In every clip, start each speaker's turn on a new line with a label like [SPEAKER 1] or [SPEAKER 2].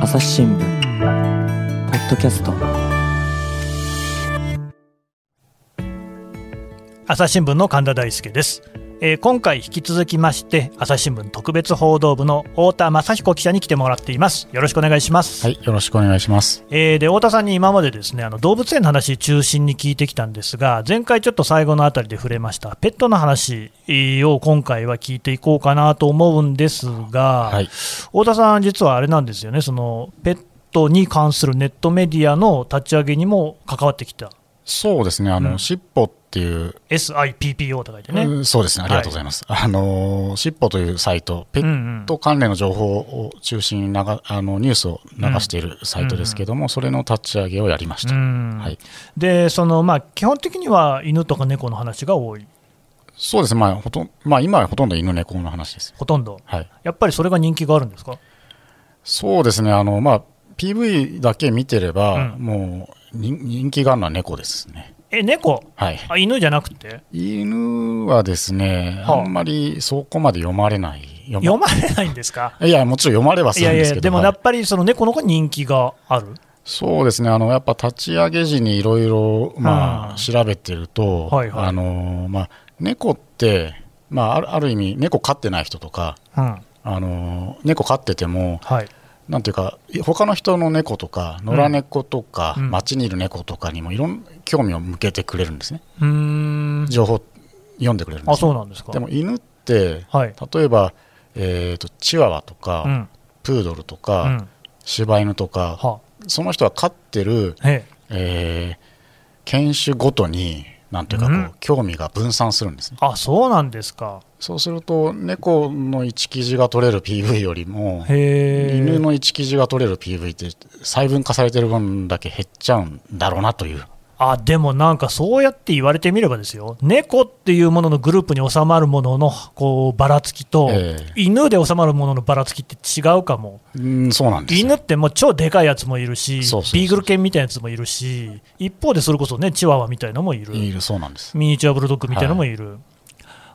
[SPEAKER 1] 朝日新聞ポッドキャスト
[SPEAKER 2] 朝日新聞の神田大輔です、えー今回引き続きまして朝日新聞特別報道部の太田雅彦記者に来てもらっていますよろしくお願いします、
[SPEAKER 3] はい、よろしくお願いします。
[SPEAKER 2] えーで太田さんに今までですねあの動物園の話中心に聞いてきたんですが前回ちょっと最後のあたりで触れましたペットの話えーを今回は聞いていこうかなと思うんですが、
[SPEAKER 3] はい、
[SPEAKER 2] 太田さん実はあれなんですよねそのペットに関するネットメディアの立ち上げにも関わってきた
[SPEAKER 3] そうですね、あ
[SPEAKER 2] うん
[SPEAKER 3] の、尻尾っていう、
[SPEAKER 2] SIPPO と書いてね、
[SPEAKER 3] うんそうですね、ありがとうございます。あのー、尻尾というサイト、ペ
[SPEAKER 2] うんう
[SPEAKER 3] ッ
[SPEAKER 2] ん
[SPEAKER 3] ト関連の情報を中心にながあのニュースを流しているサイトですけども、それの立ち上げをやりました。
[SPEAKER 2] うん
[SPEAKER 3] はい、
[SPEAKER 2] でそのまあ基本的には犬とか猫の話が多い
[SPEAKER 3] そうですね、まあほとんまあ、今はほとんど犬猫の話です。
[SPEAKER 2] ほとんど
[SPEAKER 3] はい、
[SPEAKER 2] やっぱりそれが人気があるんですか
[SPEAKER 3] そうですね、あのまあ、PV だけ見てれば、
[SPEAKER 2] うん
[SPEAKER 3] もう人人気があるのは猫ですね。
[SPEAKER 2] え猫
[SPEAKER 3] はい、
[SPEAKER 2] あ犬じゃなくて
[SPEAKER 3] 犬はですね、
[SPEAKER 2] はあ
[SPEAKER 3] あんまりそこまで読まれない、読ま
[SPEAKER 2] 読まれないんですか
[SPEAKER 3] いや、もちろん読まれはいする
[SPEAKER 2] や
[SPEAKER 3] ん
[SPEAKER 2] い
[SPEAKER 3] ですけ
[SPEAKER 2] や
[SPEAKER 3] ど、
[SPEAKER 2] でも
[SPEAKER 3] は
[SPEAKER 2] や
[SPEAKER 3] い
[SPEAKER 2] っぱりその猫の方が人気がある
[SPEAKER 3] そうですね、あのやっぱ立ち上げ時にいろいろま
[SPEAKER 2] うん
[SPEAKER 3] あ調べてると、
[SPEAKER 2] はいはい
[SPEAKER 3] あのまあ、猫って、まあ、あるある意味、猫飼ってない人とか、
[SPEAKER 2] うん
[SPEAKER 3] あの猫飼ってても、
[SPEAKER 2] はい
[SPEAKER 3] なんていうか、他の人の猫とか、野良猫とか、
[SPEAKER 2] うん
[SPEAKER 3] 街にいる猫とかにもいろんな興味を向けてくれるんですね、
[SPEAKER 2] うーん
[SPEAKER 3] 情報読んでくれるんで
[SPEAKER 2] あ
[SPEAKER 3] すね、
[SPEAKER 2] そうなんですか
[SPEAKER 3] でも犬って、
[SPEAKER 2] はい
[SPEAKER 3] 例えば、えー、とチワワと
[SPEAKER 2] う
[SPEAKER 3] か、
[SPEAKER 2] ん
[SPEAKER 3] プードルと
[SPEAKER 2] う
[SPEAKER 3] か、
[SPEAKER 2] ん
[SPEAKER 3] 柴犬とか、
[SPEAKER 2] は
[SPEAKER 3] その人は飼ってる、
[SPEAKER 2] ええ
[SPEAKER 3] えー犬種ごとに、なんていうかこう、
[SPEAKER 2] うん
[SPEAKER 3] 興味が分散するんですね。
[SPEAKER 2] あそうなんですか
[SPEAKER 3] そうすると、猫の1記事が取れる PV よりも、
[SPEAKER 2] へえ
[SPEAKER 3] 犬の1記事が取れる PV って、細分化されてる分だけ減っちゃうんだろうなという。
[SPEAKER 2] あでもなんかそうやって言われてみればですよ、猫っていうもののグループに収まるもののこうばらつきと、
[SPEAKER 3] ええ
[SPEAKER 2] 犬で収まるもののばらつきって違うかも、
[SPEAKER 3] うん、そうなんですよ
[SPEAKER 2] 犬ってもう超でかいやつもいるし、
[SPEAKER 3] そうそうそう
[SPEAKER 2] ビーグル犬みたいなやつもいるし、一方でそれこそね、チワワみたいのもいる、
[SPEAKER 3] いる、そうなんです。
[SPEAKER 2] ミニチュアブルドッグみたいのもいる。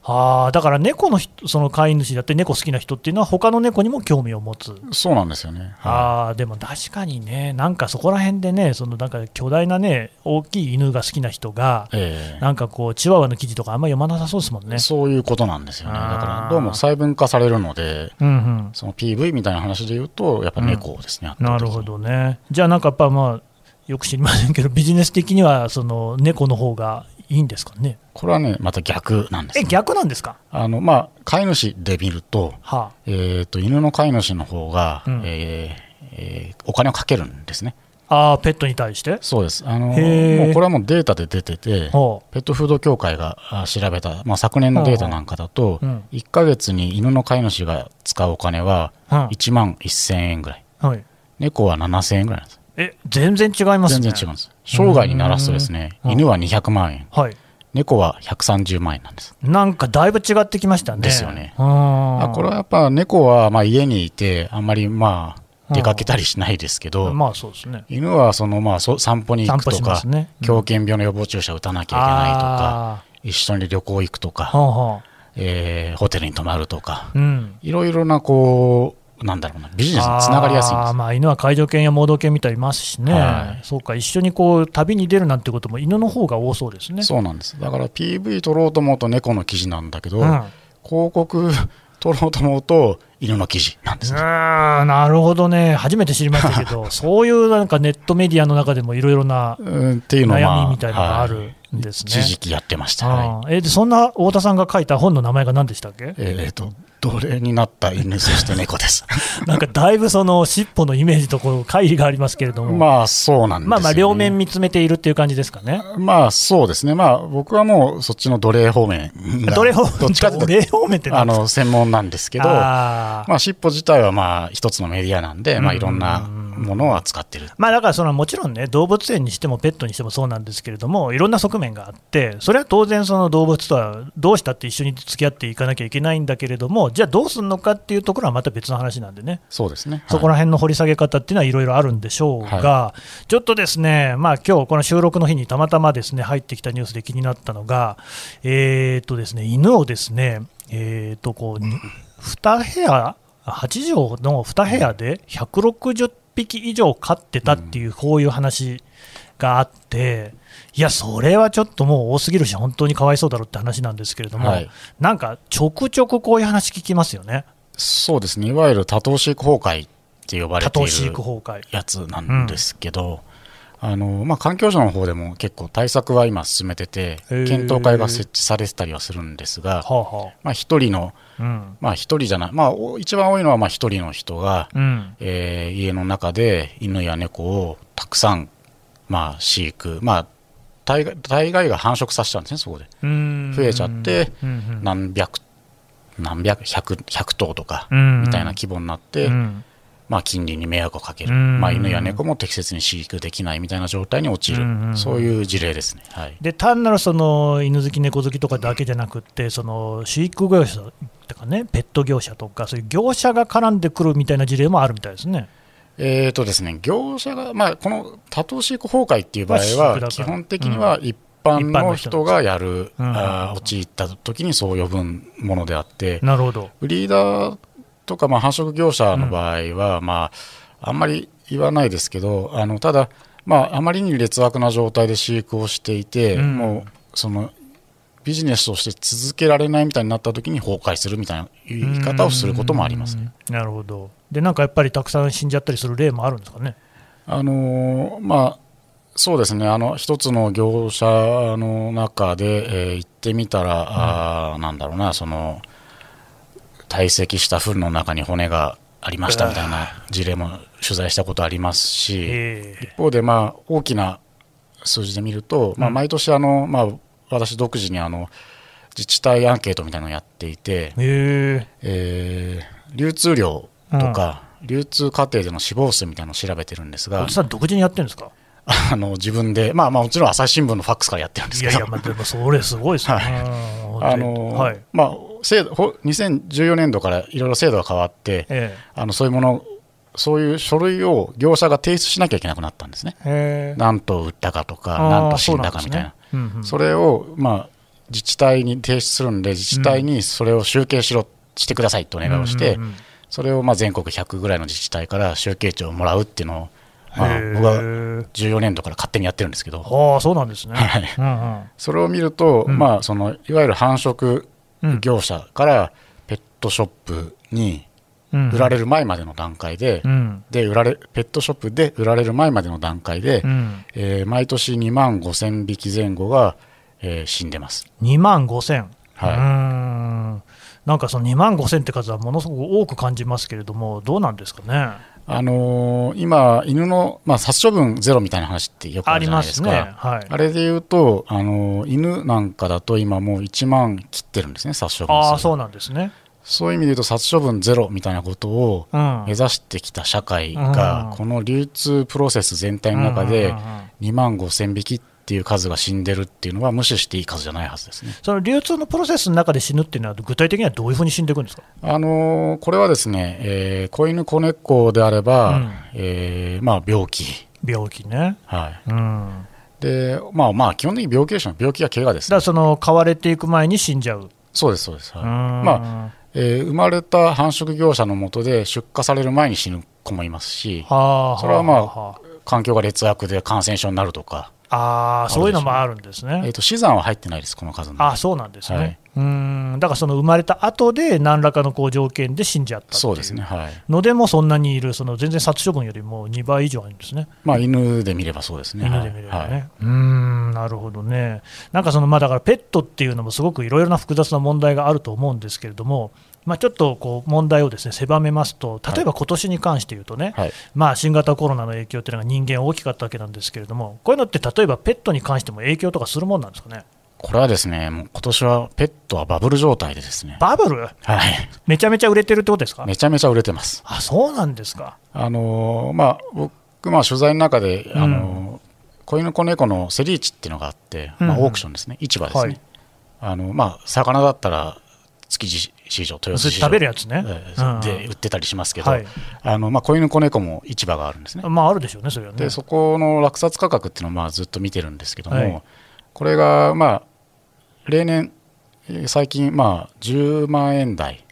[SPEAKER 2] あーだから猫の人その飼い主だって猫好きな人っていうのは他の猫にも興味を持つ、
[SPEAKER 3] そうなんですよね。は
[SPEAKER 2] あーでも確かにねなんかそこら辺でねそのなんか巨大なね大きい犬が好きな人が
[SPEAKER 3] いええ
[SPEAKER 2] なんかこう、チワワの記事とかあんま読まなさそうですもんね。
[SPEAKER 3] そういうことなんですよね。だか
[SPEAKER 2] あー
[SPEAKER 3] ら、どうも細分化されるので、
[SPEAKER 2] うんうん。
[SPEAKER 3] その PV みたいな話で言うと、やっぱ猫ですね、圧
[SPEAKER 2] な
[SPEAKER 3] 倒的
[SPEAKER 2] る
[SPEAKER 3] に
[SPEAKER 2] ほどね。じゃあなんかやっぱまあ、よく知りませんけど、ビジネス的には、その、猫の方がいいんですかね。
[SPEAKER 3] これはね、また逆なんです、
[SPEAKER 2] え、
[SPEAKER 3] ね。
[SPEAKER 2] 逆なんですか
[SPEAKER 3] あのまあ、飼い主で見ると,、
[SPEAKER 2] は
[SPEAKER 3] えー、と、犬の飼い主の方が、
[SPEAKER 2] うん
[SPEAKER 3] えーえーお金をかけるんですね。
[SPEAKER 2] あ。あーペットに対して
[SPEAKER 3] そうですあの
[SPEAKER 2] へー
[SPEAKER 3] もうこれはもうデータで出てて、
[SPEAKER 2] ほ
[SPEAKER 3] ペットフード協会があ調べた、まあ、昨年のデータなんかだと、
[SPEAKER 2] うんうん
[SPEAKER 3] 1か月に犬の飼い主が使うお金は
[SPEAKER 2] う。うん。
[SPEAKER 3] 1万1000円ぐらい、
[SPEAKER 2] はい。
[SPEAKER 3] 猫は7000円ぐらいなんです。
[SPEAKER 2] え、全然違います
[SPEAKER 3] 全
[SPEAKER 2] ね。
[SPEAKER 3] 然違うんです。生涯にならすとですね、
[SPEAKER 2] うん
[SPEAKER 3] 犬は200万円、
[SPEAKER 2] はい。
[SPEAKER 3] 猫は130万円なんです。
[SPEAKER 2] なんかだいぶ違ってきましたね。
[SPEAKER 3] ですよね
[SPEAKER 2] うん。
[SPEAKER 3] あこれはやっぱ猫はまあ家にいて、あんまりまあ出かけたりしないですけど、
[SPEAKER 2] まあそうですね。
[SPEAKER 3] 犬はそのまあそ散歩に
[SPEAKER 2] 散
[SPEAKER 3] 行く
[SPEAKER 2] 歩
[SPEAKER 3] と
[SPEAKER 2] しま
[SPEAKER 3] か、
[SPEAKER 2] すね。
[SPEAKER 3] 狂犬病の予防注射打たなきゃいけないとか、
[SPEAKER 2] あ
[SPEAKER 3] 一緒に旅行行くと
[SPEAKER 2] ー。
[SPEAKER 3] か、
[SPEAKER 2] はんは
[SPEAKER 3] えーホテルに泊まるとか、
[SPEAKER 2] ん。うん。
[SPEAKER 3] いろいろなこう、なんだろうな、ビジネスにつながりやすいんで
[SPEAKER 2] あー
[SPEAKER 3] す。
[SPEAKER 2] まあ、犬は介助犬や盲導犬みたいにいますしね、
[SPEAKER 3] はい
[SPEAKER 2] そうか、一緒にこう旅に出るなんてことも犬の方が多そうですね。
[SPEAKER 3] そうなんですだから PV 撮ろうと思うと猫の記事なんだけど、
[SPEAKER 2] うん、う
[SPEAKER 3] 広告撮ろうと思うと犬の記事なんですね。
[SPEAKER 2] ーんなるほどね、初めて知りましたけ ど、そういうなんかネットメディアの中でもいろいろな
[SPEAKER 3] うんっていうのは、
[SPEAKER 2] 悩みみたいなのがあ
[SPEAKER 3] はい
[SPEAKER 2] るんですね。
[SPEAKER 3] 一時期やってました。はい
[SPEAKER 2] あーえでそんな太田さんが書いた本の名前が何でしたっけ
[SPEAKER 3] えー、と奴隷になった犬そして猫です
[SPEAKER 2] なんかだいぶその尻尾のイメージとこう乖離がありますけれども、まあ
[SPEAKER 3] まあそうなんですよ、ね、
[SPEAKER 2] まあ両面見つめているっていう感じですかね。
[SPEAKER 3] まあそうですねまあ僕はもうそっちの奴隷方面が
[SPEAKER 2] どれ方
[SPEAKER 3] どっちかって
[SPEAKER 2] ど
[SPEAKER 3] い
[SPEAKER 2] れ
[SPEAKER 3] う
[SPEAKER 2] 方面って
[SPEAKER 3] と
[SPEAKER 2] な
[SPEAKER 3] あ
[SPEAKER 2] んですか
[SPEAKER 3] の専門なんですけど
[SPEAKER 2] あー
[SPEAKER 3] まあ尻尾自体はまあ一つのメディアなんで、まあ、
[SPEAKER 2] うん
[SPEAKER 3] いろんなものを扱ってる、
[SPEAKER 2] まあ、だからそのもちろんね、動物園にしてもペットにしてもそうなんですけれども、いろんな側面があって、それは当然、その動物とはどうしたって一緒に付き合っていかなきゃいけないんだけれども、じゃあどうするのかっていうところはまた別の話なんでね、
[SPEAKER 3] そうですね
[SPEAKER 2] そこら辺の掘り下げ方っていうのはいろいろあるんでしょうが、ちょっとですね、まあ今日この収録の日にたまたまですね入ってきたニュースで気になったのが、えーっとですね、犬をですね、えーっとこう、に2部屋、8畳の2部屋で160匹以上飼ってたっていう、こういう話があって、いや、それはちょっともう多すぎるし、本当にかわいそうだろうって話なんですけれども、
[SPEAKER 3] はい
[SPEAKER 2] なんかちょくちょくこういう話聞きますよね、
[SPEAKER 3] そうですねいわゆる多頭飼育崩壊って呼ばれ
[SPEAKER 2] 多
[SPEAKER 3] てい
[SPEAKER 2] 頭
[SPEAKER 3] る
[SPEAKER 2] 飼育崩壊。
[SPEAKER 3] やつなんですけど、あのまあ、環境省の方でも結構対策は今進めてて
[SPEAKER 2] へー
[SPEAKER 3] 検討会が設置されてたりはするんですが、
[SPEAKER 2] はあは
[SPEAKER 3] まあ、一人の
[SPEAKER 2] あうん
[SPEAKER 3] まあ、一人じゃない、まあ、お一番多いのはまあ一人の人が、
[SPEAKER 2] うん
[SPEAKER 3] えー家の中で犬や猫をたくさん、まあ、飼育、まあ、大概大概が繁殖させちゃうんですね、そこで。
[SPEAKER 2] うん
[SPEAKER 3] 増えちゃって
[SPEAKER 2] うんうん
[SPEAKER 3] 何百、何百、百、百頭とか、
[SPEAKER 2] うん
[SPEAKER 3] みたいな規模になって、
[SPEAKER 2] うん
[SPEAKER 3] まあ、近隣に迷惑をかける、
[SPEAKER 2] うん
[SPEAKER 3] まあ、犬や猫も適切に飼育できないみたいな状態に陥る、
[SPEAKER 2] うん
[SPEAKER 3] そういう事例ですね。はい、
[SPEAKER 2] で単なるその犬好き、猫好きとかだけじゃなくって、その飼育業者とかね、ペット業者とか、そういう業者が絡んでくるみたいな事例もあるみたいですね。
[SPEAKER 3] えーとですね、業者が、まあ、この多頭飼育崩壊っていう場合
[SPEAKER 2] まあ飼育だか
[SPEAKER 3] は、
[SPEAKER 2] ら
[SPEAKER 3] 基本的には一般の人がやる、
[SPEAKER 2] うん
[SPEAKER 3] あー陥った時にそう呼ぶものであって、
[SPEAKER 2] なるほど。
[SPEAKER 3] ブリーダーとか、まあ、繁殖業者の場合は、まあ、あんまり言わないですけど、あのただ、まあ、あまりに劣悪な状態で飼育をしていて、
[SPEAKER 2] うん
[SPEAKER 3] もうそのビジネスとして続けられないみたいになった時に崩壊するみたいな言い方をすることもありますね。
[SPEAKER 2] うん。なるほど。で、なんかやっぱりたくさん死んじゃったりする例もあるんですかね。
[SPEAKER 3] あのーまあ、そうですね、あの一つの業者の中で、えー行ってみたら、あーなんだろうな、その堆積した糞の中に骨がありましたみたいな事例も取材したことありますし、
[SPEAKER 2] ええ
[SPEAKER 3] 一方で、まあ、大きな数字で見ると、まあ、
[SPEAKER 2] うん
[SPEAKER 3] 毎年あの、まあ、私独自にあの自治体アンケートみたいなのをやっていて、
[SPEAKER 2] え
[SPEAKER 3] えー流通量とか、流通過程での死亡数みたいなのを調べてるんです
[SPEAKER 2] え
[SPEAKER 3] が
[SPEAKER 2] おじ。さん、独自にやってるんですか
[SPEAKER 3] あの自分で、まあまあ、もちろん朝日新聞のファックスからやってるんで
[SPEAKER 2] い
[SPEAKER 3] すけ
[SPEAKER 2] や
[SPEAKER 3] ど、
[SPEAKER 2] いや、まあ、でもそれすごいですね。うん
[SPEAKER 3] あの
[SPEAKER 2] はい。
[SPEAKER 3] まあ、制度ほ2014年度からいろいろ制度が変わって、
[SPEAKER 2] え
[SPEAKER 3] あのそういうもの、そういう書類を業者が提出しなきゃいけなくなったんですね。
[SPEAKER 2] えええ
[SPEAKER 3] 何頭売ったかとか、
[SPEAKER 2] あー
[SPEAKER 3] 何頭死んだかみたいな、
[SPEAKER 2] そうなんですねうんうん
[SPEAKER 3] それを、まあ、自治体に提出するんで、自治体にそれを集計しろ、してくださいってお願いをして、
[SPEAKER 2] うんうんうん
[SPEAKER 3] それをまあ全国100ぐらいの自治体から集計値をもらうっていうのを、まあ、
[SPEAKER 2] へえ
[SPEAKER 3] 僕は14年度から勝手にやってるんですけど。
[SPEAKER 2] はあ、そうなんですね。
[SPEAKER 3] はい
[SPEAKER 2] うんうん
[SPEAKER 3] それを見ると、
[SPEAKER 2] うん
[SPEAKER 3] まあ、そのいわゆる繁殖
[SPEAKER 2] うん
[SPEAKER 3] 業者からペットショップに売られる前までの段階で,、
[SPEAKER 2] うん
[SPEAKER 3] で売られペットショップで売られる前までの段階で、
[SPEAKER 2] うん、
[SPEAKER 3] えー毎年2万5000匹前後が、えー死んでます。
[SPEAKER 2] 2万5000、
[SPEAKER 3] はいう
[SPEAKER 2] ーんなんかその2万5000って数はものすごく多く感じますけれども、どうなんですかね、
[SPEAKER 3] あのー今、犬の、まあ、殺処分ゼロみたいな話ってよくあ
[SPEAKER 2] あり
[SPEAKER 3] るじゃな
[SPEAKER 2] ま
[SPEAKER 3] いですすか。
[SPEAKER 2] ね、はい、
[SPEAKER 3] あれで言うと、あのー犬なんかだと今もう1万切ってるんですね、殺処分
[SPEAKER 2] ああ
[SPEAKER 3] 数
[SPEAKER 2] そうなんですね、
[SPEAKER 3] そういう意味で言うと殺処分ゼロみたいなことを
[SPEAKER 2] うん、
[SPEAKER 3] 目指してきた社会
[SPEAKER 2] う
[SPEAKER 3] が
[SPEAKER 2] ん、
[SPEAKER 3] この流通プロセス全体の中
[SPEAKER 2] うんうん
[SPEAKER 3] で
[SPEAKER 2] うんうん、
[SPEAKER 3] 2万5千匹っていう数が死んでるっていうのは、無視していい数じゃないはずですね。
[SPEAKER 2] その流通のプロセスの中で死ぬっていうのは、具体的にはどういうふうに死んでいくんですか、
[SPEAKER 3] あのーこれはですね、えー子犬、子猫であれば、
[SPEAKER 2] うん
[SPEAKER 3] えーまあ、病気、
[SPEAKER 2] 病気ね、
[SPEAKER 3] はい
[SPEAKER 2] うん、
[SPEAKER 3] でまあ、まあ基本的に病気でしょう、病気や怪我で
[SPEAKER 2] だ
[SPEAKER 3] す、
[SPEAKER 2] から
[SPEAKER 3] ね、
[SPEAKER 2] その買われていく前に死んじゃう、
[SPEAKER 3] そうです、そうです、はいまあ
[SPEAKER 2] ま
[SPEAKER 3] えー生まれた繁殖業者のもとで出荷される前に死ぬ子もいますし、
[SPEAKER 2] あ、はあ、
[SPEAKER 3] それはまあ
[SPEAKER 2] は
[SPEAKER 3] 環境が劣悪で感染症になるとか、
[SPEAKER 2] あ、ああそういうのもあるんですね。
[SPEAKER 3] えー、と死産は入ってないです、この数の中
[SPEAKER 2] あそうなんですね、
[SPEAKER 3] はい
[SPEAKER 2] うんだからその生まれた後で何らかのこう条件で死んじゃったっていう
[SPEAKER 3] そうですね、はい。
[SPEAKER 2] のでもそんなにいる、その全然殺処分よりも2倍以上あるんですね、
[SPEAKER 3] まあ、犬で見ればそうですね。
[SPEAKER 2] 犬で見ればね。
[SPEAKER 3] はい。
[SPEAKER 2] うーんなるほどね、なんかその、まあ、だからペットっていうのもすごくいろいろな複雑な問題があると思うんですけれども、まあ、ちょっとこう問題をですね狭めますと、例えば今年に関して言うとね、
[SPEAKER 3] はい
[SPEAKER 2] まあ、新型コロナの影響っていうのが人間大きかったわけなんですけれども、こういうのって例えばペットに関しても影響とかするもんなんですかね、
[SPEAKER 3] これはですね、もう今年はペットはバブル状態でですね、
[SPEAKER 2] バブル、
[SPEAKER 3] はい。
[SPEAKER 2] めちゃめちゃ売れてるってことですか、
[SPEAKER 3] めちゃめちゃ売れてます。
[SPEAKER 2] あそうなんですか。
[SPEAKER 3] あのーまあ、僕、まあ、取材の中で、
[SPEAKER 2] ん
[SPEAKER 3] あのー子犬子猫のセリーチっていうのがあって、ま
[SPEAKER 2] う
[SPEAKER 3] あ、
[SPEAKER 2] んうん
[SPEAKER 3] オークションですね、市場ですね。
[SPEAKER 2] はい
[SPEAKER 3] あの、まあ、魚だったら、築地市場、豊洲市場。
[SPEAKER 2] 食べるやつね
[SPEAKER 3] え
[SPEAKER 2] う
[SPEAKER 3] ー
[SPEAKER 2] ん
[SPEAKER 3] で、売ってたりしますけど、
[SPEAKER 2] はい
[SPEAKER 3] あの、まあ、子犬子猫も市場があるんですね。
[SPEAKER 2] まああるでしょうね、それはね。
[SPEAKER 3] でそこの落札価格っていうのをまあずっと見てるんですけども、
[SPEAKER 2] はい
[SPEAKER 3] これがまあ例年えー最近まあ10万円台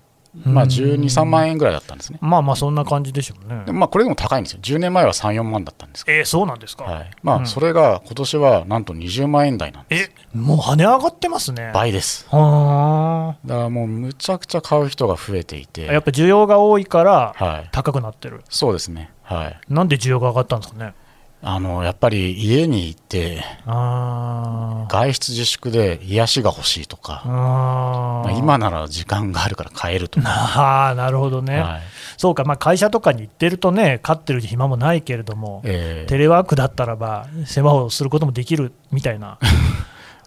[SPEAKER 3] まあ、12、3万円ぐらいだったんですね。
[SPEAKER 2] まあまあ、そんな感じでしょうね
[SPEAKER 3] で。まあ、これでも高いんですよ、10年前は3、4万だったんですけ
[SPEAKER 2] えー、そうなんですか。
[SPEAKER 3] ど、はいま
[SPEAKER 2] うん
[SPEAKER 3] あ、それが今年はなんと20万円台なんで
[SPEAKER 2] え、もう跳ね上がってますね。
[SPEAKER 3] す、倍です。
[SPEAKER 2] は
[SPEAKER 3] だからもう、むちゃくちゃ買う人が増えていて、
[SPEAKER 2] あ。やっぱ需要が多いから、
[SPEAKER 3] はい、
[SPEAKER 2] 高くなってる。
[SPEAKER 3] そうですね、はい、
[SPEAKER 2] なんで需要が上がったんですかね。
[SPEAKER 3] あのやっぱり家にいて、
[SPEAKER 2] あー
[SPEAKER 3] 外出自粛で癒しが欲しいとか、
[SPEAKER 2] あ
[SPEAKER 3] まあ
[SPEAKER 2] ー。
[SPEAKER 3] 今なら時間があるから買えるとか、
[SPEAKER 2] ああ、なるほどね。
[SPEAKER 3] はい
[SPEAKER 2] そうか、まあ、会社とかに行ってるとね、勝ってる暇もないけれども、
[SPEAKER 3] えー
[SPEAKER 2] テレワークだったらば、世話をすることもできるみたいな、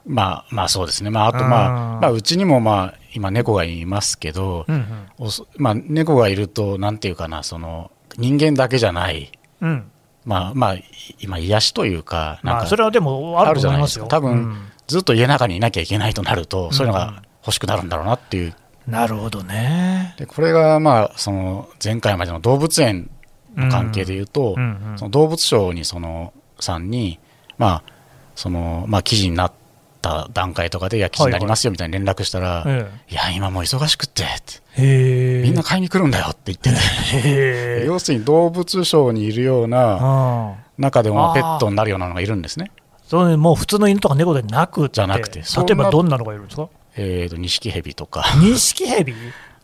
[SPEAKER 3] まあ、まあそうですね、まあ、あと、ま
[SPEAKER 2] あ
[SPEAKER 3] あ
[SPEAKER 2] ー
[SPEAKER 3] まあ、うちにも、まあ、今、猫がいますけど、
[SPEAKER 2] うんうん
[SPEAKER 3] おそまあ、猫がいると、なんていうかな、その人間だけじゃない、
[SPEAKER 2] うん
[SPEAKER 3] まあまあ、い今、癒しというか、なん
[SPEAKER 2] まあ、
[SPEAKER 3] か
[SPEAKER 2] それはでもあると思いますよ。
[SPEAKER 3] あるじゃないですか多分
[SPEAKER 2] うん
[SPEAKER 3] ずっと家の中にいなきゃいけないとなると、そういうの
[SPEAKER 2] うん
[SPEAKER 3] が欲しくなるんだろうなっていう、
[SPEAKER 2] なるほどね。
[SPEAKER 3] でこれが、まあ、その前回までの動物園の関係でいうと、
[SPEAKER 2] うんうん
[SPEAKER 3] その動物賞にそのさんに、まあそのまあ、記事になった段階とかで、いや、記事になりますよみたいに連絡したら、い
[SPEAKER 2] え
[SPEAKER 3] や、今もう忙しくってって
[SPEAKER 2] えへえ。
[SPEAKER 3] みんな買いに来るんだよって言って
[SPEAKER 2] へ
[SPEAKER 3] て、
[SPEAKER 2] え。
[SPEAKER 3] 要するに動物賞にいるような
[SPEAKER 2] あ
[SPEAKER 3] 中でもま
[SPEAKER 2] あー
[SPEAKER 3] あペットになるようなのがいるんですね。
[SPEAKER 2] そうね、もう普通の犬とか猫でなくて
[SPEAKER 3] じゃなくて
[SPEAKER 2] 例
[SPEAKER 3] そん
[SPEAKER 2] え
[SPEAKER 3] な
[SPEAKER 2] ばどんなのがいるんですか
[SPEAKER 3] えー、と錦蛇と か、
[SPEAKER 2] 錦 蛇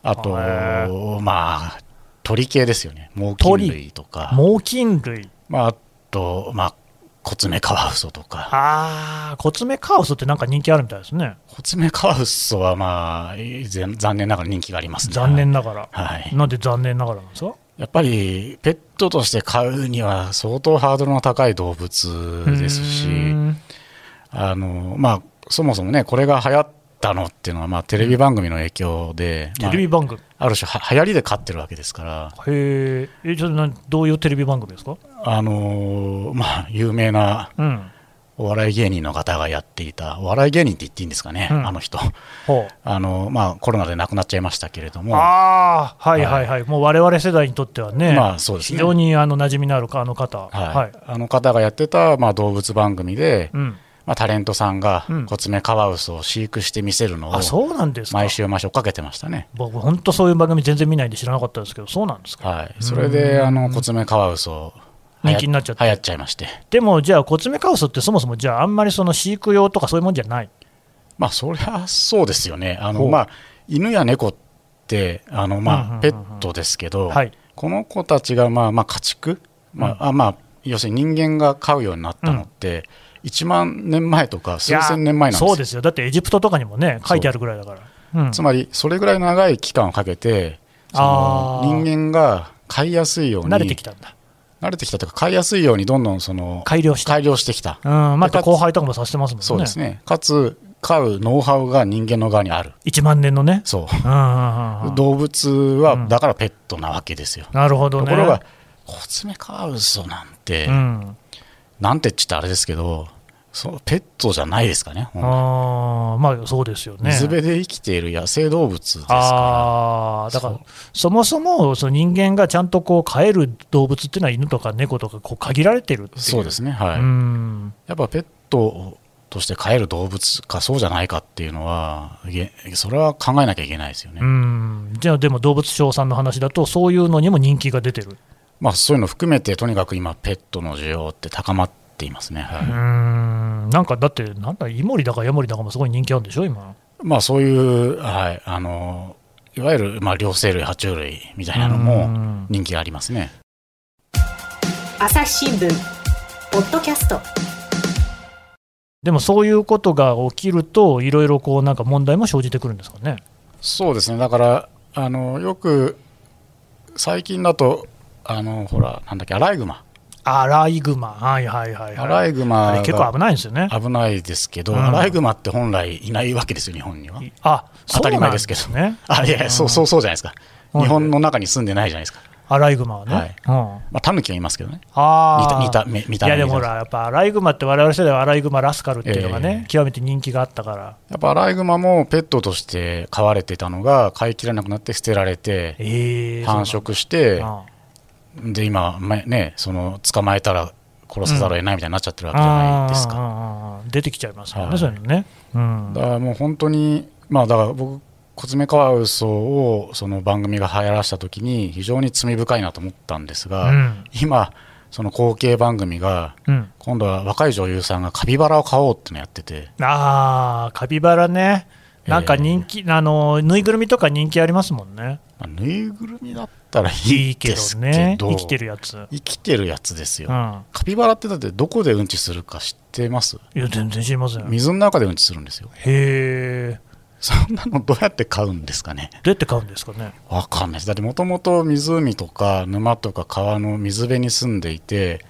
[SPEAKER 3] あと、
[SPEAKER 2] へ
[SPEAKER 3] まあ、鳥系ですよね、猛禽類とか、
[SPEAKER 2] 猛禽類。
[SPEAKER 3] まあ、あと、まあ、コツメカワウソとか、
[SPEAKER 2] ああ、コツメカワウソってなんか人気あるみたいですね。
[SPEAKER 3] コツメカワウソは、まあ、えーぜん残念ながら人気がありますね。
[SPEAKER 2] 残念ながら。
[SPEAKER 3] はい、
[SPEAKER 2] なんで残念ながらなんですか
[SPEAKER 3] やっぱりペットとして飼うには相当ハードルの高い動物ですし、
[SPEAKER 2] うーん
[SPEAKER 3] あのまあ、そもそもね、これが流行ったのっていうのは、まあ、テレビ番組の影響で、
[SPEAKER 2] テレビ
[SPEAKER 3] ま
[SPEAKER 2] 番組。
[SPEAKER 3] あ、ある種は、流行りで飼ってるわけですから、
[SPEAKER 2] へえ。え、ちょっとなんどういうテレビ番組ですか
[SPEAKER 3] あのまあ、有名な
[SPEAKER 2] うん。
[SPEAKER 3] お笑い芸人の方がやっていた、お笑い芸人って言っていいんですかね、
[SPEAKER 2] うん
[SPEAKER 3] あの人、
[SPEAKER 2] ほう。
[SPEAKER 3] あのまあ、コロナで亡くなっちゃいましたけれども、
[SPEAKER 2] ああ、はいはいはい、もう我々世代にとってはね、
[SPEAKER 3] まあそうですね
[SPEAKER 2] 非常にあの馴染みのあるあの方、
[SPEAKER 3] はい
[SPEAKER 2] はい
[SPEAKER 3] あの方がやってた、まあ、動物番組で、
[SPEAKER 2] うん、
[SPEAKER 3] まあ、タレントさんが
[SPEAKER 2] うん
[SPEAKER 3] コツメカワウソを飼育してみせるのを
[SPEAKER 2] あそうなんですか
[SPEAKER 3] 毎、週毎週追っかけてましたね。
[SPEAKER 2] 僕、本当そういう番組全然見ないんで知らなかったですけど、そうなんですか、
[SPEAKER 3] はい、それであのコツメカワウソ流行
[SPEAKER 2] 人気になっちゃって
[SPEAKER 3] 流行っちゃいまして、
[SPEAKER 2] でもじゃあ、コツメカワウソってそもそもじゃあ、あんまりその飼育用とかそういうもんじゃない、
[SPEAKER 3] まあそりゃそうですよね。あ
[SPEAKER 2] ほ
[SPEAKER 3] の
[SPEAKER 2] う
[SPEAKER 3] まあ犬や猫ってあの
[SPEAKER 2] うんうんうん
[SPEAKER 3] ま
[SPEAKER 2] うん
[SPEAKER 3] あペットですけど、
[SPEAKER 2] はい、
[SPEAKER 3] この子たちがまあまあ家畜、まああまあ要するに人間が飼うようになったのって1万年前とか数千年前なんです
[SPEAKER 2] いやそ
[SPEAKER 3] よ
[SPEAKER 2] うですよ、だってエジプトとかにもね、書いてあるぐらいだから、うん
[SPEAKER 3] つまりそれぐらい長い期間をかけてそ
[SPEAKER 2] あ
[SPEAKER 3] の
[SPEAKER 2] ー
[SPEAKER 3] 人間が飼いやすいように
[SPEAKER 2] 慣れてきたんだ、
[SPEAKER 3] 慣れてきたというか飼いやすいようにどんどんその
[SPEAKER 2] 改良した、
[SPEAKER 3] 改良してきた、
[SPEAKER 2] うん、また
[SPEAKER 3] でかつ
[SPEAKER 2] 後輩とかもさせてますもんね、
[SPEAKER 3] そうですねかつ飼うノウハウが人間の側にある
[SPEAKER 2] 1万年のね、
[SPEAKER 3] そう
[SPEAKER 2] うんうんうんうん
[SPEAKER 3] 動物
[SPEAKER 2] うん
[SPEAKER 3] はだからペットなわけですよ、
[SPEAKER 2] なるほど
[SPEAKER 3] と
[SPEAKER 2] ね。
[SPEAKER 3] ころがコツメカワウソなんて、
[SPEAKER 2] うん
[SPEAKER 3] なんてっちってあれですけどそうペットじゃないですかねほんま
[SPEAKER 2] あーまあそうですよね。
[SPEAKER 3] 水辺で生きている野生動物ですから
[SPEAKER 2] ああだから
[SPEAKER 3] そう
[SPEAKER 2] そもそもその人間がちゃんとこう飼える動物っていうのは犬とか猫とかこう限られてるっていう
[SPEAKER 3] そうですねはい、
[SPEAKER 2] うん
[SPEAKER 3] やっぱペットとして飼える動物かそうじゃないかっていうのはげそれは考えなきゃいけないですよね、
[SPEAKER 2] うんじゃあでも動物賞さんの話だとそういうのにも人気が出てる
[SPEAKER 3] まあ、そういうの含めてとにかく今ペットの需要って高まっていますね、はい
[SPEAKER 2] うんなんかだってなんだイモリだかヤモリだかもすごい人気あるんでしょ今
[SPEAKER 3] まあ、そういう、はい、あのいわゆる、まあ、両生類爬虫類みたいなのも
[SPEAKER 2] ん
[SPEAKER 3] 人気がありますね、
[SPEAKER 4] 朝日新聞ポッドキャスト
[SPEAKER 2] でもそういうことが起きるといろいろこうなんか問題も生じてくるんですかね
[SPEAKER 3] そうですねだからあのよく最近だとあのほらなんだっけアライグマ
[SPEAKER 2] アライグマはいはいはい
[SPEAKER 3] ア
[SPEAKER 2] はい
[SPEAKER 3] ライグマ
[SPEAKER 2] あれ
[SPEAKER 3] が
[SPEAKER 2] 結構危ないんですよね
[SPEAKER 3] 危ないですけど、
[SPEAKER 2] うん
[SPEAKER 3] アライグマって本来いないわけですよ日本には
[SPEAKER 2] あ
[SPEAKER 3] 当たり前ですけど
[SPEAKER 2] そうなんですね。
[SPEAKER 3] あいやいや、そうそうそうじゃないですか。
[SPEAKER 2] うん
[SPEAKER 3] 日本の中に住んでないじゃないですか。
[SPEAKER 2] アライグマはね。
[SPEAKER 3] はい
[SPEAKER 2] うん
[SPEAKER 3] まあ、タヌキはいますけどね。
[SPEAKER 2] あー
[SPEAKER 3] 見た、見た、見た
[SPEAKER 2] い
[SPEAKER 3] 目
[SPEAKER 2] やでもほら、やっぱアライグマって、我々世代はアライグマラスカルっていうのがね、
[SPEAKER 3] ええ
[SPEAKER 2] 極めて人気があったから、
[SPEAKER 3] やっぱアライグマもペットとして飼われてたのが、飼いきれなくなって捨てられて、
[SPEAKER 2] ええ
[SPEAKER 3] 繁殖し
[SPEAKER 2] そう
[SPEAKER 3] て、
[SPEAKER 2] なんだ
[SPEAKER 3] で、今、まね、その、捕まえたら殺さざるを得ないみたいになっちゃってるわけじゃ
[SPEAKER 2] あ
[SPEAKER 3] ないですか。
[SPEAKER 2] ー出てきちゃいますもんね、
[SPEAKER 3] はい
[SPEAKER 2] そういうのね。うん
[SPEAKER 3] だからもう本当に、まあだから僕、コツメカワウソをその番組が流行らせた時に非常に罪深いなと思ったんですが、
[SPEAKER 2] うん
[SPEAKER 3] 今その後継番組が
[SPEAKER 2] うん、
[SPEAKER 3] 今度は若い女優さんがカピバラを買おうってのやってて
[SPEAKER 2] あーカピバラね、なんか人気、あのぬいぐるみとか人気ありますもんね、
[SPEAKER 3] まあぬいぐるみだったらい
[SPEAKER 2] い
[SPEAKER 3] い
[SPEAKER 2] い
[SPEAKER 3] で
[SPEAKER 2] け
[SPEAKER 3] す
[SPEAKER 2] ど
[SPEAKER 3] けど
[SPEAKER 2] ね、生きてるやつ、うん、い
[SPEAKER 3] 生きてるやつですよ、
[SPEAKER 2] や、
[SPEAKER 3] カピバラってだってどこでうんちするか知ってます
[SPEAKER 2] 全然知りません。へ
[SPEAKER 3] 水の中でうんちするんですよ
[SPEAKER 2] え、
[SPEAKER 3] そんなのどうやって買うんですかね
[SPEAKER 2] どうやって買うんですかね、
[SPEAKER 3] わかんないですだってもともと湖とか沼とか川の水辺に住んでいて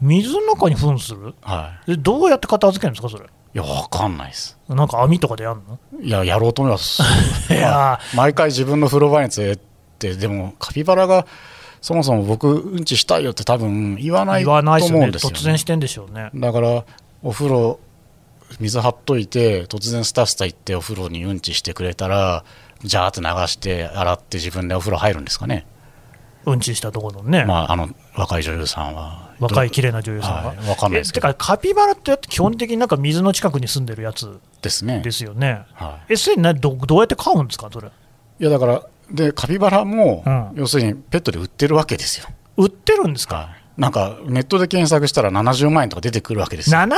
[SPEAKER 2] 水の中に糞する
[SPEAKER 3] は
[SPEAKER 2] えどうやって片付けるんですか、それ、
[SPEAKER 3] いいやわかんないです
[SPEAKER 2] なんか網とかでやるの
[SPEAKER 3] いややろうと思います
[SPEAKER 2] いや
[SPEAKER 3] 毎回自分の風呂場に連れてってでもカピバラがそもそも僕うんちしたいよって多分言わな
[SPEAKER 2] 言
[SPEAKER 3] いと
[SPEAKER 2] わ
[SPEAKER 3] 思
[SPEAKER 2] ないですよ
[SPEAKER 3] う
[SPEAKER 2] ね
[SPEAKER 3] んですよ、
[SPEAKER 2] 突然してんでしょうね。
[SPEAKER 3] だからお風呂水張っといて突然スタスタ行ってお風呂にうんちしてくれたらジャーって流して洗って自分でお風呂入るんですかね、
[SPEAKER 2] うんちしたところのね、
[SPEAKER 3] まあ、あの若い女優さんは
[SPEAKER 2] 若い
[SPEAKER 3] ど
[SPEAKER 2] 綺麗な女優さんが。
[SPEAKER 3] はいわかんないです
[SPEAKER 2] えて
[SPEAKER 3] けど
[SPEAKER 2] か、カピバラって基本的になんか水の近くに住んでるやつ
[SPEAKER 3] ですね
[SPEAKER 2] ですよね。
[SPEAKER 3] は
[SPEAKER 2] え、それなどどうやって飼うんですか、それ。
[SPEAKER 3] い、いやだからでカピバラも、
[SPEAKER 2] うん
[SPEAKER 3] 要するにペットで売ってるわけですよ、
[SPEAKER 2] 売ってるんですか、
[SPEAKER 3] はい、なんかネットで検索したら70万円とか出てくるわけですよ
[SPEAKER 2] 70万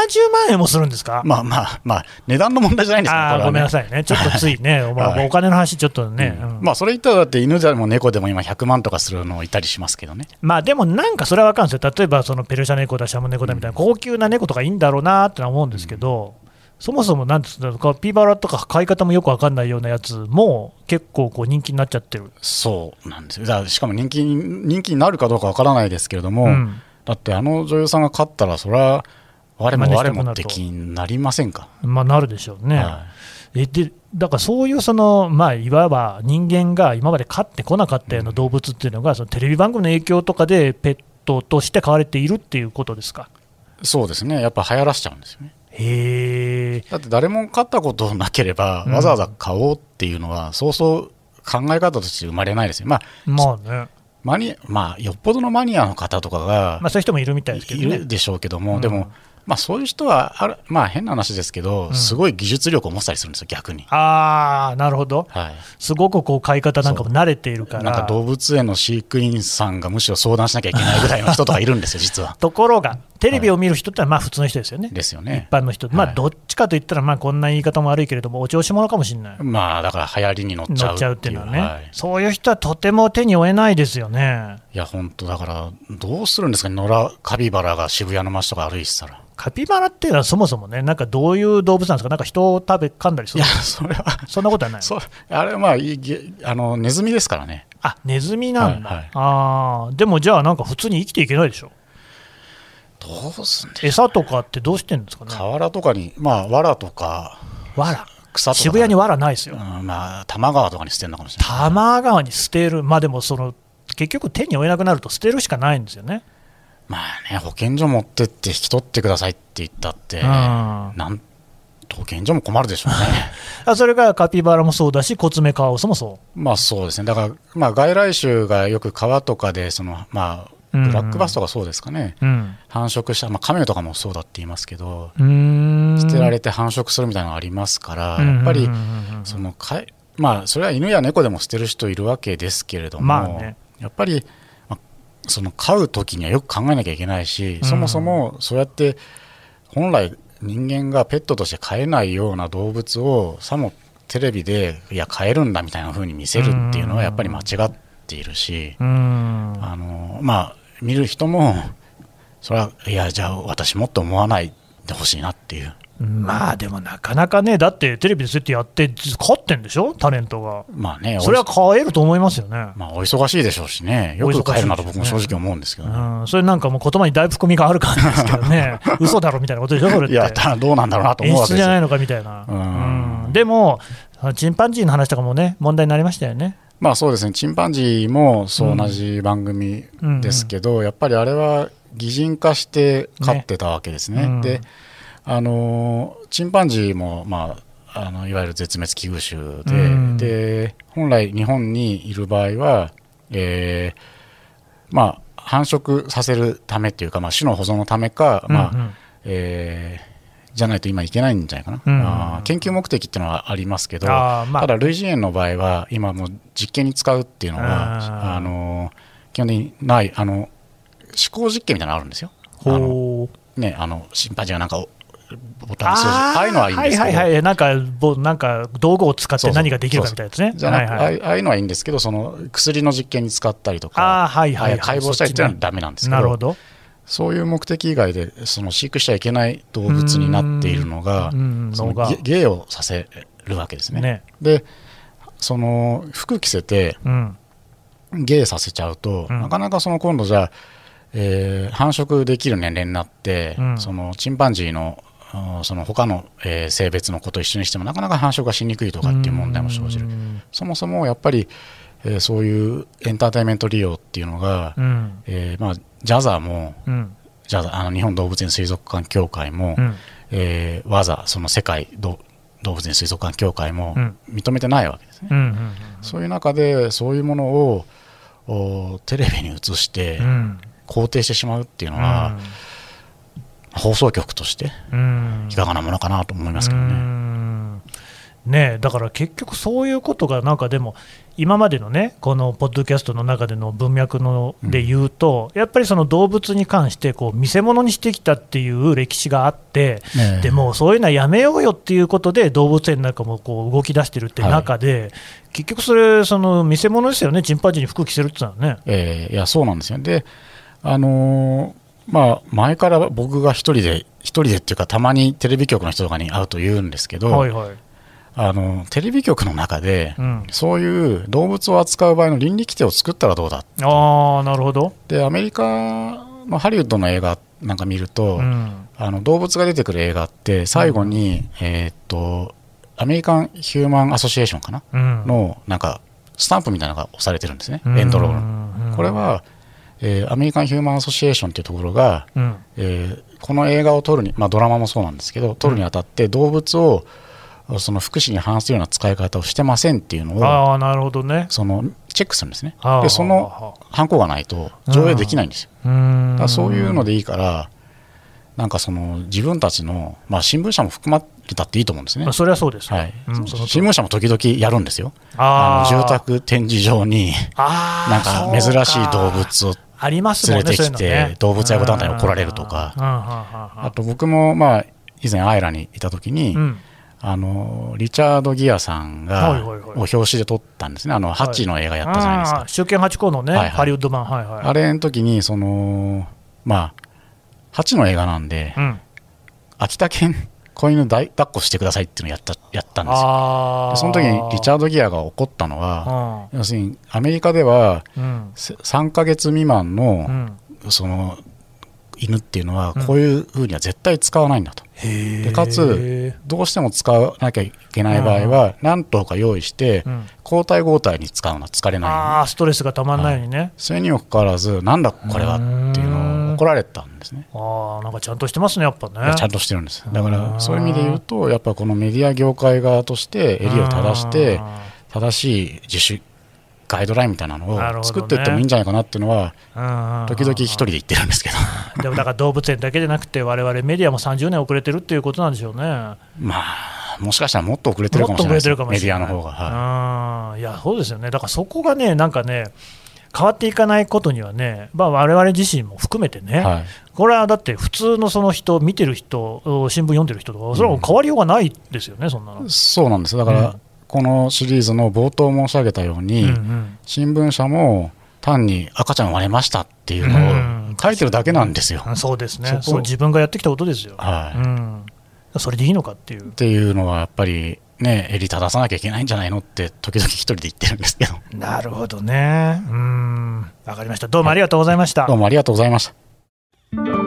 [SPEAKER 2] 円もするんですか、
[SPEAKER 3] まあまあまあ値段の問題じゃないんです
[SPEAKER 2] あ
[SPEAKER 3] か
[SPEAKER 2] ー
[SPEAKER 3] これはね
[SPEAKER 2] ごめんなさい ね、ちょっとついね、お,、
[SPEAKER 3] はい
[SPEAKER 2] お金の話、ちょっとね、うん
[SPEAKER 3] まあそれ言ったらだって犬でも猫でも今100万とかするのいたりしますけどね
[SPEAKER 2] まあでもなんかそれは分かるんですよ、例えばそのペルシャ猫だ、シャム猫だみたいな、高級な猫とかいいんだろうなってのは思うんですけど、そもそもなんですか、カピバラとか飼い方もよく分かんないようなやつも、結構こう人気になっちゃってる。
[SPEAKER 3] そうなんですよだからしかも人気に人気になるかどうかわからないですけれども、
[SPEAKER 2] うん
[SPEAKER 3] だってあの女優さんが勝ったらそれは我も
[SPEAKER 2] 真似し
[SPEAKER 3] 我
[SPEAKER 2] たくなると
[SPEAKER 3] も的になりませんか、
[SPEAKER 2] まあ、なるでしょうね、
[SPEAKER 3] は
[SPEAKER 2] えでだからそういうその、まあ、いわば人間が今まで飼ってこなかったような動物っていうのが、そのテレビ番組の影響とかでペットとして飼われているっていうことですか。
[SPEAKER 3] そうですねやっぱ流行らしちゃうんですよね
[SPEAKER 2] へえ、
[SPEAKER 3] だって誰も勝ったことなければ
[SPEAKER 2] うん
[SPEAKER 3] わざわざ買おうっていうのはそうそう考え方として生まれないですよまあ
[SPEAKER 2] まあね、
[SPEAKER 3] マニまあよっぽどのマニアの方とかが
[SPEAKER 2] まあ、そういう人もいるみたいですけ
[SPEAKER 3] い
[SPEAKER 2] どね
[SPEAKER 3] る。でしょうけども、
[SPEAKER 2] うん
[SPEAKER 3] でも、まあ、そういう人はある、まあ、変な話ですけど、
[SPEAKER 2] うん
[SPEAKER 3] すごい技術力を持ってたりするんですよ、逆に。
[SPEAKER 2] ああ、なるほど、
[SPEAKER 3] はい、
[SPEAKER 2] すごくこう飼い方なんかも慣れているか
[SPEAKER 3] な
[SPEAKER 2] ら、
[SPEAKER 3] んか動物園の飼育員さんがむしろ相談しなきゃいけないぐらいの人とかいるん ですよ、実は。
[SPEAKER 2] ところが、テレビを見る人ってのはまあ普通の人ですよね、
[SPEAKER 3] ですよ
[SPEAKER 2] 一
[SPEAKER 3] ね。
[SPEAKER 2] 般の人、まあ、
[SPEAKER 3] はい
[SPEAKER 2] どっちかといったら、まあこんな言い方も悪いけれども、お調子者かもしれない。
[SPEAKER 3] まあ、だから流行りに乗っちゃ
[SPEAKER 2] 乗
[SPEAKER 3] う
[SPEAKER 2] っ
[SPEAKER 3] っ
[SPEAKER 2] ちゃうってて
[SPEAKER 3] い
[SPEAKER 2] いう
[SPEAKER 3] う
[SPEAKER 2] のはね、
[SPEAKER 3] はい、
[SPEAKER 2] そういう人はとても手に負えないですよね。
[SPEAKER 3] いや、本当だから、どうするんですかね、野良カピバラが渋谷の街とか歩いてたら。
[SPEAKER 2] カピバラっていうのはそもそもね、なんかどういう動物なんですか、なんか人を食べ噛んだりす
[SPEAKER 3] い
[SPEAKER 2] る
[SPEAKER 3] や、それは、
[SPEAKER 2] そんなことはない。
[SPEAKER 3] そうあれはまあいいげあの、ネズミですからね。
[SPEAKER 2] あネズミなんだ、
[SPEAKER 3] はいはい
[SPEAKER 2] あーでもじゃあ、なんか普通に生きていけないでしょ、
[SPEAKER 3] どうすんでしょ
[SPEAKER 2] 餌とかってどうしてんですか
[SPEAKER 3] う
[SPEAKER 2] ね、
[SPEAKER 3] 河原とかに、まあ、藁とか
[SPEAKER 2] わら、
[SPEAKER 3] 草とか、
[SPEAKER 2] 渋谷にわらないですよ、
[SPEAKER 3] うんまあ、多摩川とかに捨てるのかもしれない。
[SPEAKER 2] 多摩川に捨てる、まあでもその、結局手に負えなくなると捨てるしかないんですよね。
[SPEAKER 3] まあね、保健所持ってって引き取ってくださいって言ったって、
[SPEAKER 2] うん
[SPEAKER 3] なん保健所も困るでしょうね。
[SPEAKER 2] あそれがカピバラもそうだし、コツメカワウソもそ
[SPEAKER 3] まあそうですね、だから、まあ、外来種がよく川とかでその、まあ、
[SPEAKER 2] うん
[SPEAKER 3] ブラックバスとかそうですかね、
[SPEAKER 2] う。うん、
[SPEAKER 3] 繁殖した、まあ、カメとかもそうだって言いますけど、
[SPEAKER 2] うーん
[SPEAKER 3] 捨てられて繁殖するみたいなのがありますから、
[SPEAKER 2] うん
[SPEAKER 3] やっぱり
[SPEAKER 2] うんうんうんうん
[SPEAKER 3] そのかい、まあ、それは犬や猫でも捨てる人いるわけですけれども、
[SPEAKER 2] まあね
[SPEAKER 3] やっぱり、まあその飼う時にはよく考えなきゃいけないし、そもそもそうやって本来人間がペットとして飼えないような動物をさもテレビでいや飼えるんだみたいな風に見せるっていうのはやっぱり間違っているし、
[SPEAKER 2] うーん
[SPEAKER 3] あのまあ見る人もそれはいやじゃあ私もっと思わないでほしいなっていう。
[SPEAKER 2] まあでもなかなかね、だってテレビでそうやってやって、勝ってんでしょ、タレントが。
[SPEAKER 3] まあね、
[SPEAKER 2] それは買えると思いますよね。
[SPEAKER 3] まあ、お忙しいでしょうしね、よく帰るなと僕も正直思うんですけどね。
[SPEAKER 2] うん、それなんかもう言葉にだいぶ含みがある感じですけど ね、嘘だろみたいなことでしょ、それっ
[SPEAKER 3] いや、
[SPEAKER 2] て。
[SPEAKER 3] たどうなんだろうなと思
[SPEAKER 2] 演
[SPEAKER 3] うわけ
[SPEAKER 2] 出
[SPEAKER 3] で
[SPEAKER 2] じゃ
[SPEAKER 3] す
[SPEAKER 2] ない
[SPEAKER 3] よ。
[SPEAKER 2] のかみたいな。
[SPEAKER 3] うん
[SPEAKER 2] うんでも、あのチンパンジーの話とかもね、問題になりましたよね。
[SPEAKER 3] まあそうですね、チンパンジーもそう同じ番組ですけど、やっぱりあれは擬人化して飼ってたわけですね。
[SPEAKER 2] ねうん
[SPEAKER 3] で、あのーチンパンジーも、まあ、あのいわゆる絶滅危惧種で、
[SPEAKER 2] うん
[SPEAKER 3] で本来日本にいる場合は、えーまあ繁殖させるためっていうか、まあ、種の保存のためか、まあ
[SPEAKER 2] うんうん
[SPEAKER 3] えーじゃないと今いけないんじゃないかな、
[SPEAKER 2] うん
[SPEAKER 3] あー研究目的っていうのはありますけど、
[SPEAKER 2] あーまあ
[SPEAKER 3] ただ類人猿の場合は、今、もう実験に使うっていうのは、
[SPEAKER 2] あー
[SPEAKER 3] あの基本的にない、あの思考実験みたいなのあるんですよ。あの
[SPEAKER 2] ほう
[SPEAKER 3] ね、あのチンパンジーがなんかおボタン数字、ああいうのはいいんですけど、
[SPEAKER 2] はいはいはい、なんか、ぼなんか道具を使って何ができるかみたいなやつね。
[SPEAKER 3] じゃなく
[SPEAKER 2] はいはい、
[SPEAKER 3] あああいうのはいいんですけど、その薬の実験に使ったりと
[SPEAKER 2] あ
[SPEAKER 3] か、
[SPEAKER 2] ーはいはいはい
[SPEAKER 3] ああう解剖したりっていうのはダメなんですけど
[SPEAKER 2] なるほど。
[SPEAKER 3] そういう目的以外でその飼育しちゃいけない動物になっているのが
[SPEAKER 2] う、んうん
[SPEAKER 3] その
[SPEAKER 2] のが
[SPEAKER 3] げ芸をさせるわけですね。
[SPEAKER 2] ね
[SPEAKER 3] でその服着せて
[SPEAKER 2] うん、
[SPEAKER 3] 芸させちゃうと、
[SPEAKER 2] うん
[SPEAKER 3] なかなかその今度じゃあ、えー繁殖できる年齢になって、
[SPEAKER 2] うん
[SPEAKER 3] そのチンパンジーのあーその他の、えー性別の子と一緒にしてもなかなか繁殖がしにくいとかっていう問題も生じる。
[SPEAKER 2] うん
[SPEAKER 3] そもそもやっぱり、えーそういうエンターテインメント利用っていうのが、
[SPEAKER 2] うん
[SPEAKER 3] えーまあ、ジャザーも
[SPEAKER 2] うん
[SPEAKER 3] ジャザーあの日本動物園水族館協会も、
[SPEAKER 2] うん
[SPEAKER 3] えーわざその世界ど動物園水族館協会も
[SPEAKER 2] うん
[SPEAKER 3] 認めてないわけですね、
[SPEAKER 2] うんうん
[SPEAKER 3] そういう中でそういうものをおテレビに映して
[SPEAKER 2] うん
[SPEAKER 3] 肯定してしまうっていうのは、放送局として
[SPEAKER 2] うん
[SPEAKER 3] いかがなものかなと思いますけど
[SPEAKER 2] うー
[SPEAKER 3] ね。
[SPEAKER 2] んねえだから結局そういうことがなんかでも今までのねこのポッドキャストの中での文脈ので言うと、やっぱりその動物に関してこう見せ物にしてきたっていう歴史があって、
[SPEAKER 3] ねえ
[SPEAKER 2] でもうそういうのはやめようよっていうことで動物園なんかもこう動き出してるって中で、結局それその見せ物ですよねチンパンジーに服着せるって言ったのはね。
[SPEAKER 3] えーいやそうなんですよであのーまあ前から僕が一人で一人でっていうかたまにテレビ局の人とかに会うと言うんですけど、
[SPEAKER 2] はいはい、
[SPEAKER 3] あのテレビ局の中で、
[SPEAKER 2] うん、
[SPEAKER 3] そういう動物を扱う場合の倫理規定を作ったらどうだっ
[SPEAKER 2] ああなるほど。
[SPEAKER 3] てアメリカのハリウッドの映画なんか見ると、
[SPEAKER 2] うん
[SPEAKER 3] あの動物が出てくる映画って最後に、えーっとアメリカン・ヒューマン・アソシエーションかな、
[SPEAKER 2] うん、
[SPEAKER 3] のなんかスタンプみたいなのが押されてるんですね、
[SPEAKER 2] うん
[SPEAKER 3] エンドロールの。
[SPEAKER 2] うん
[SPEAKER 3] これは、えーアメリカン・ヒューマン・アソシエーションっていうところが、
[SPEAKER 2] うん
[SPEAKER 3] えーこの映画を撮るに、まあ、ドラマもそうなんですけど撮るにあたって動物をその福祉に反するような使い方をしてませんっていうのを
[SPEAKER 2] ああなるほどね。
[SPEAKER 3] そのチェックするんですね
[SPEAKER 2] はあ
[SPEAKER 3] でそのハンコがないと上映できないんですよ
[SPEAKER 2] うー
[SPEAKER 3] だ
[SPEAKER 2] ん
[SPEAKER 3] からそういうのでいいからなんかその自分たちの、まあ、新聞社も含まれたっていいと思うんですね
[SPEAKER 2] まあ、それはそうですよ、
[SPEAKER 3] はい
[SPEAKER 2] うんその
[SPEAKER 3] 新聞社も時々やるんですよ
[SPEAKER 2] あ
[SPEAKER 3] あ
[SPEAKER 2] ー
[SPEAKER 3] の住宅展示場に
[SPEAKER 2] あー
[SPEAKER 3] なんか
[SPEAKER 2] そう
[SPEAKER 3] 珍しい動物を
[SPEAKER 2] ありますもんね
[SPEAKER 3] 連れてきて
[SPEAKER 2] そういうのね
[SPEAKER 3] 動物愛護団体に怒られるとか
[SPEAKER 2] うん
[SPEAKER 3] あと僕もまあ以前アイラにいた時
[SPEAKER 2] う
[SPEAKER 3] に、
[SPEAKER 2] んうんうんうん
[SPEAKER 3] あのリチャード・ギアさんが、
[SPEAKER 2] はいはいはい
[SPEAKER 3] を表紙で撮ったんですね、あのハッチの映画やったじゃないですか、
[SPEAKER 2] あー集権ハチ公のね、
[SPEAKER 3] はいはい
[SPEAKER 2] ハリウッド版、はいはい。
[SPEAKER 3] あれの時にそのまあ、ハッチの映画なんで、
[SPEAKER 2] うん、
[SPEAKER 3] 秋田県、子犬大抱っこしてくださいっていうのをやったやったんですよ、
[SPEAKER 2] あ
[SPEAKER 3] でその時にリチ
[SPEAKER 2] ャ
[SPEAKER 3] ャード・ギアが怒ったのは、
[SPEAKER 2] ー
[SPEAKER 3] 要するにアメリカでは
[SPEAKER 2] ド、うん
[SPEAKER 3] せ3ヶ月未満
[SPEAKER 2] う
[SPEAKER 3] の,、
[SPEAKER 2] ん
[SPEAKER 3] その犬っていうのは、
[SPEAKER 2] うん
[SPEAKER 3] こういうふうには絶対使わないんだと。
[SPEAKER 2] へ
[SPEAKER 3] でかつ、どうしても使わなきゃいけない場合は、何頭か用意して、
[SPEAKER 2] うん、
[SPEAKER 3] 交代交代に使うのは疲れない。
[SPEAKER 2] ああ、ストレスがたまんないようにね。
[SPEAKER 3] それにもかかわらず、なんだこれはっていうのを怒られたんですね。
[SPEAKER 2] ああ、なんかちゃんとしてますね、やっぱね。
[SPEAKER 3] いやちゃんとしてるんです。だか
[SPEAKER 2] う
[SPEAKER 3] ら、
[SPEAKER 2] ん
[SPEAKER 3] そういう意味で言うと、やっぱこのメディア業界側として、襟を正して、正しい自主ガイドラインみたいな
[SPEAKER 2] なるほど
[SPEAKER 3] のを
[SPEAKER 2] ね
[SPEAKER 3] 作っていってもいいんじゃないかなっていうのは、
[SPEAKER 2] うん、
[SPEAKER 3] 時々一人
[SPEAKER 2] で。
[SPEAKER 3] で言ってるんですけ ど、
[SPEAKER 2] でもだから動物園だけじゃなくて、我々メディアも30年遅れてるっていうことなんでしょうね。
[SPEAKER 3] まあ、もしかしたらもっと遅れてるかもしれないです
[SPEAKER 2] もっと遅れ
[SPEAKER 3] メ
[SPEAKER 2] て
[SPEAKER 3] デ
[SPEAKER 2] る
[SPEAKER 3] ィ
[SPEAKER 2] か
[SPEAKER 3] ア
[SPEAKER 2] も
[SPEAKER 3] の
[SPEAKER 2] しれない
[SPEAKER 3] 方が。はい
[SPEAKER 2] うんいや、そうですよね、だからそこがね、なんかね、変わっていかないことにはね、まあ我々自身も含めてね、
[SPEAKER 3] はい
[SPEAKER 2] これはだって、普通のその人、見てる人、新聞読んでる人とか、それはもう変わりようがないですよね、そんなの。
[SPEAKER 3] そうなんですだから、
[SPEAKER 2] うん
[SPEAKER 3] このシリーズの冒頭申し上げたように、
[SPEAKER 2] うん
[SPEAKER 3] 新聞社も単に赤ちゃん割れましたっていう
[SPEAKER 2] う
[SPEAKER 3] の
[SPEAKER 2] ん
[SPEAKER 3] を書いてるだけなんですよ。
[SPEAKER 2] うんそうですね、
[SPEAKER 3] そ
[SPEAKER 2] そうう自分がやってきたことですよ、
[SPEAKER 3] はい
[SPEAKER 2] うん、それでいいのかっていう
[SPEAKER 3] っ、ていうのはやっぱりね襟正さなきゃいけないんじゃないのって時々一人で言ってるんですけど
[SPEAKER 2] なるほどね、うん、わかりました、どうもありがとうございました
[SPEAKER 3] どう。もありがとうございました。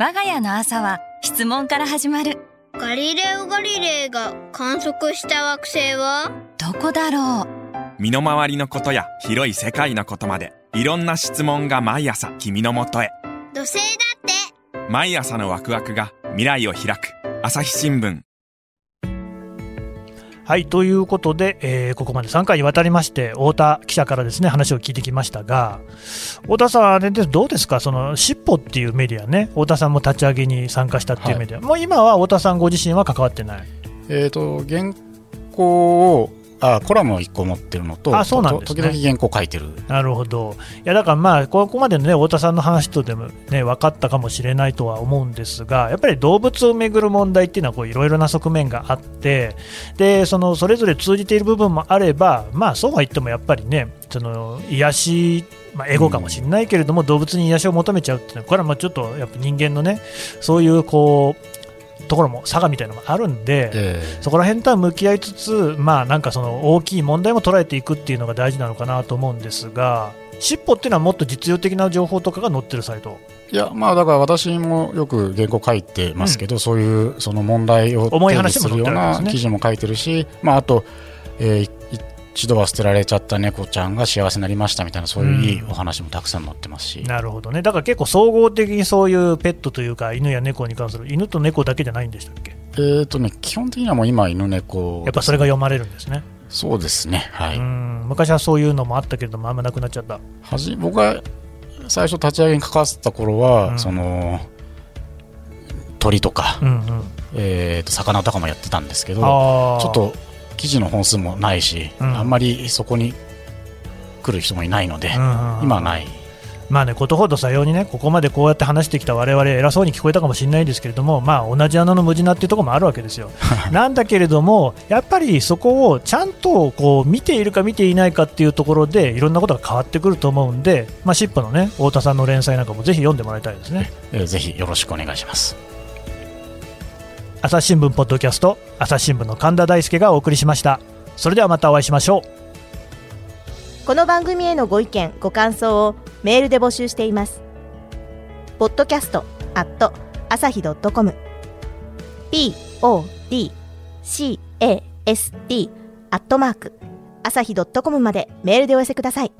[SPEAKER 5] 我が家の朝は質問から始まる
[SPEAKER 6] ガリレオ・ガリレイが観測した惑星は
[SPEAKER 5] どこだろ
[SPEAKER 7] 身の回りのことや広い世界のことまでいろんな質問が毎朝君のもとへ
[SPEAKER 6] 土星だって
[SPEAKER 7] 毎朝のワクワクが未来を開く朝日新聞
[SPEAKER 2] はいということで、えーここまで3回にわたりまして太田記者からですね話を聞いてきましたが太田さんあれでどうですかその尻尾っていうメディアね太田さんも立ち上げに参加したっていうメディア、もう今は太田さんご自身は関わってない
[SPEAKER 3] えー、と原稿をあコラムを1個持ってるのと
[SPEAKER 2] あそうなんですね
[SPEAKER 3] と時々原稿書いてる
[SPEAKER 2] なるほど。いや、だからまあ、ここまでのね、太田さんの話とでもね、分かったかもしれないとは思うんですが、やっぱり動物をめぐる問題っていうのは、こう、いろいろな側面があって、で、その、それぞれ通じている部分もあれば、まあ、そうは言ってもやっぱりね、その、癒し、まあ、エゴかもしれないけれども、動物に癒しを求めちゃうっていうのは、これはまあちょっと、やっぱ人間のね、そういう、こう、ところも、差がみたいなのもあるんで、
[SPEAKER 3] え
[SPEAKER 2] そこら辺とは向き合いつつ、まあ、なんかその大きい問題も捉えていくっていうのが大事なのかなと思うんですが、尻尾っていうのはもっと実用的な情報とかが載ってるサイト、
[SPEAKER 3] えいやまあだから私もよく原稿書いてますけど、そういうその問題を
[SPEAKER 2] 重い
[SPEAKER 3] 定義
[SPEAKER 2] 話も
[SPEAKER 3] する
[SPEAKER 2] 載っ
[SPEAKER 3] よう
[SPEAKER 2] てるわけです
[SPEAKER 3] な
[SPEAKER 2] ね
[SPEAKER 3] 記事も書いてるし、まあ、あと、えーい一度は捨てられちゃった猫ちゃんが幸せになりましたみたいなそういういいお話もたくさん載ってますし、
[SPEAKER 2] なるほどね、だから結構総合的にそういうペットというか、犬や猫に関する、犬と猫だけじゃないんでしたっけ、
[SPEAKER 3] えーとね、基本的にはもう今犬猫
[SPEAKER 2] やっぱそれが読まれるんですね、
[SPEAKER 3] そうですねはい、
[SPEAKER 2] うん昔はそういうのもあったけれども、あんまなくなっちゃった、
[SPEAKER 3] はじ僕が最初立ち上げに関わってた頃は、
[SPEAKER 2] うん
[SPEAKER 3] その鳥とか、
[SPEAKER 2] うんうん、
[SPEAKER 3] えーと魚とかもやってたんですけどちょ
[SPEAKER 2] あー
[SPEAKER 3] っと記事の本数もないし、
[SPEAKER 2] うん
[SPEAKER 3] あんまりそこに来る人もいないので、
[SPEAKER 2] うんうん
[SPEAKER 3] 今はない
[SPEAKER 2] まあね、ことほどさようにね、ここまでこうやって話してきた我々偉そうに聞こえたかもしれないですけれども、まあ、同じ穴の無地なっていうところもあるわけ ですよ。なんだけれども、やっぱりそこをちゃんとこう見ているか見ていないかっていうところで、いろんなことが変わってくると思うんで、まあ、シップのね、太田さんの連載なんかもぜひ読んでもらいたいですね。
[SPEAKER 3] えーぜひよろしくお願いします
[SPEAKER 2] 朝日新聞ポッドキャスト、朝日新聞の神田大輔がお送りしました。それではまたお会いしましょう。
[SPEAKER 8] この番組へのご意見ご感想をメールで募集しています podcast at 朝日 .com podcast アットマーク朝日 .com までメールでお寄せください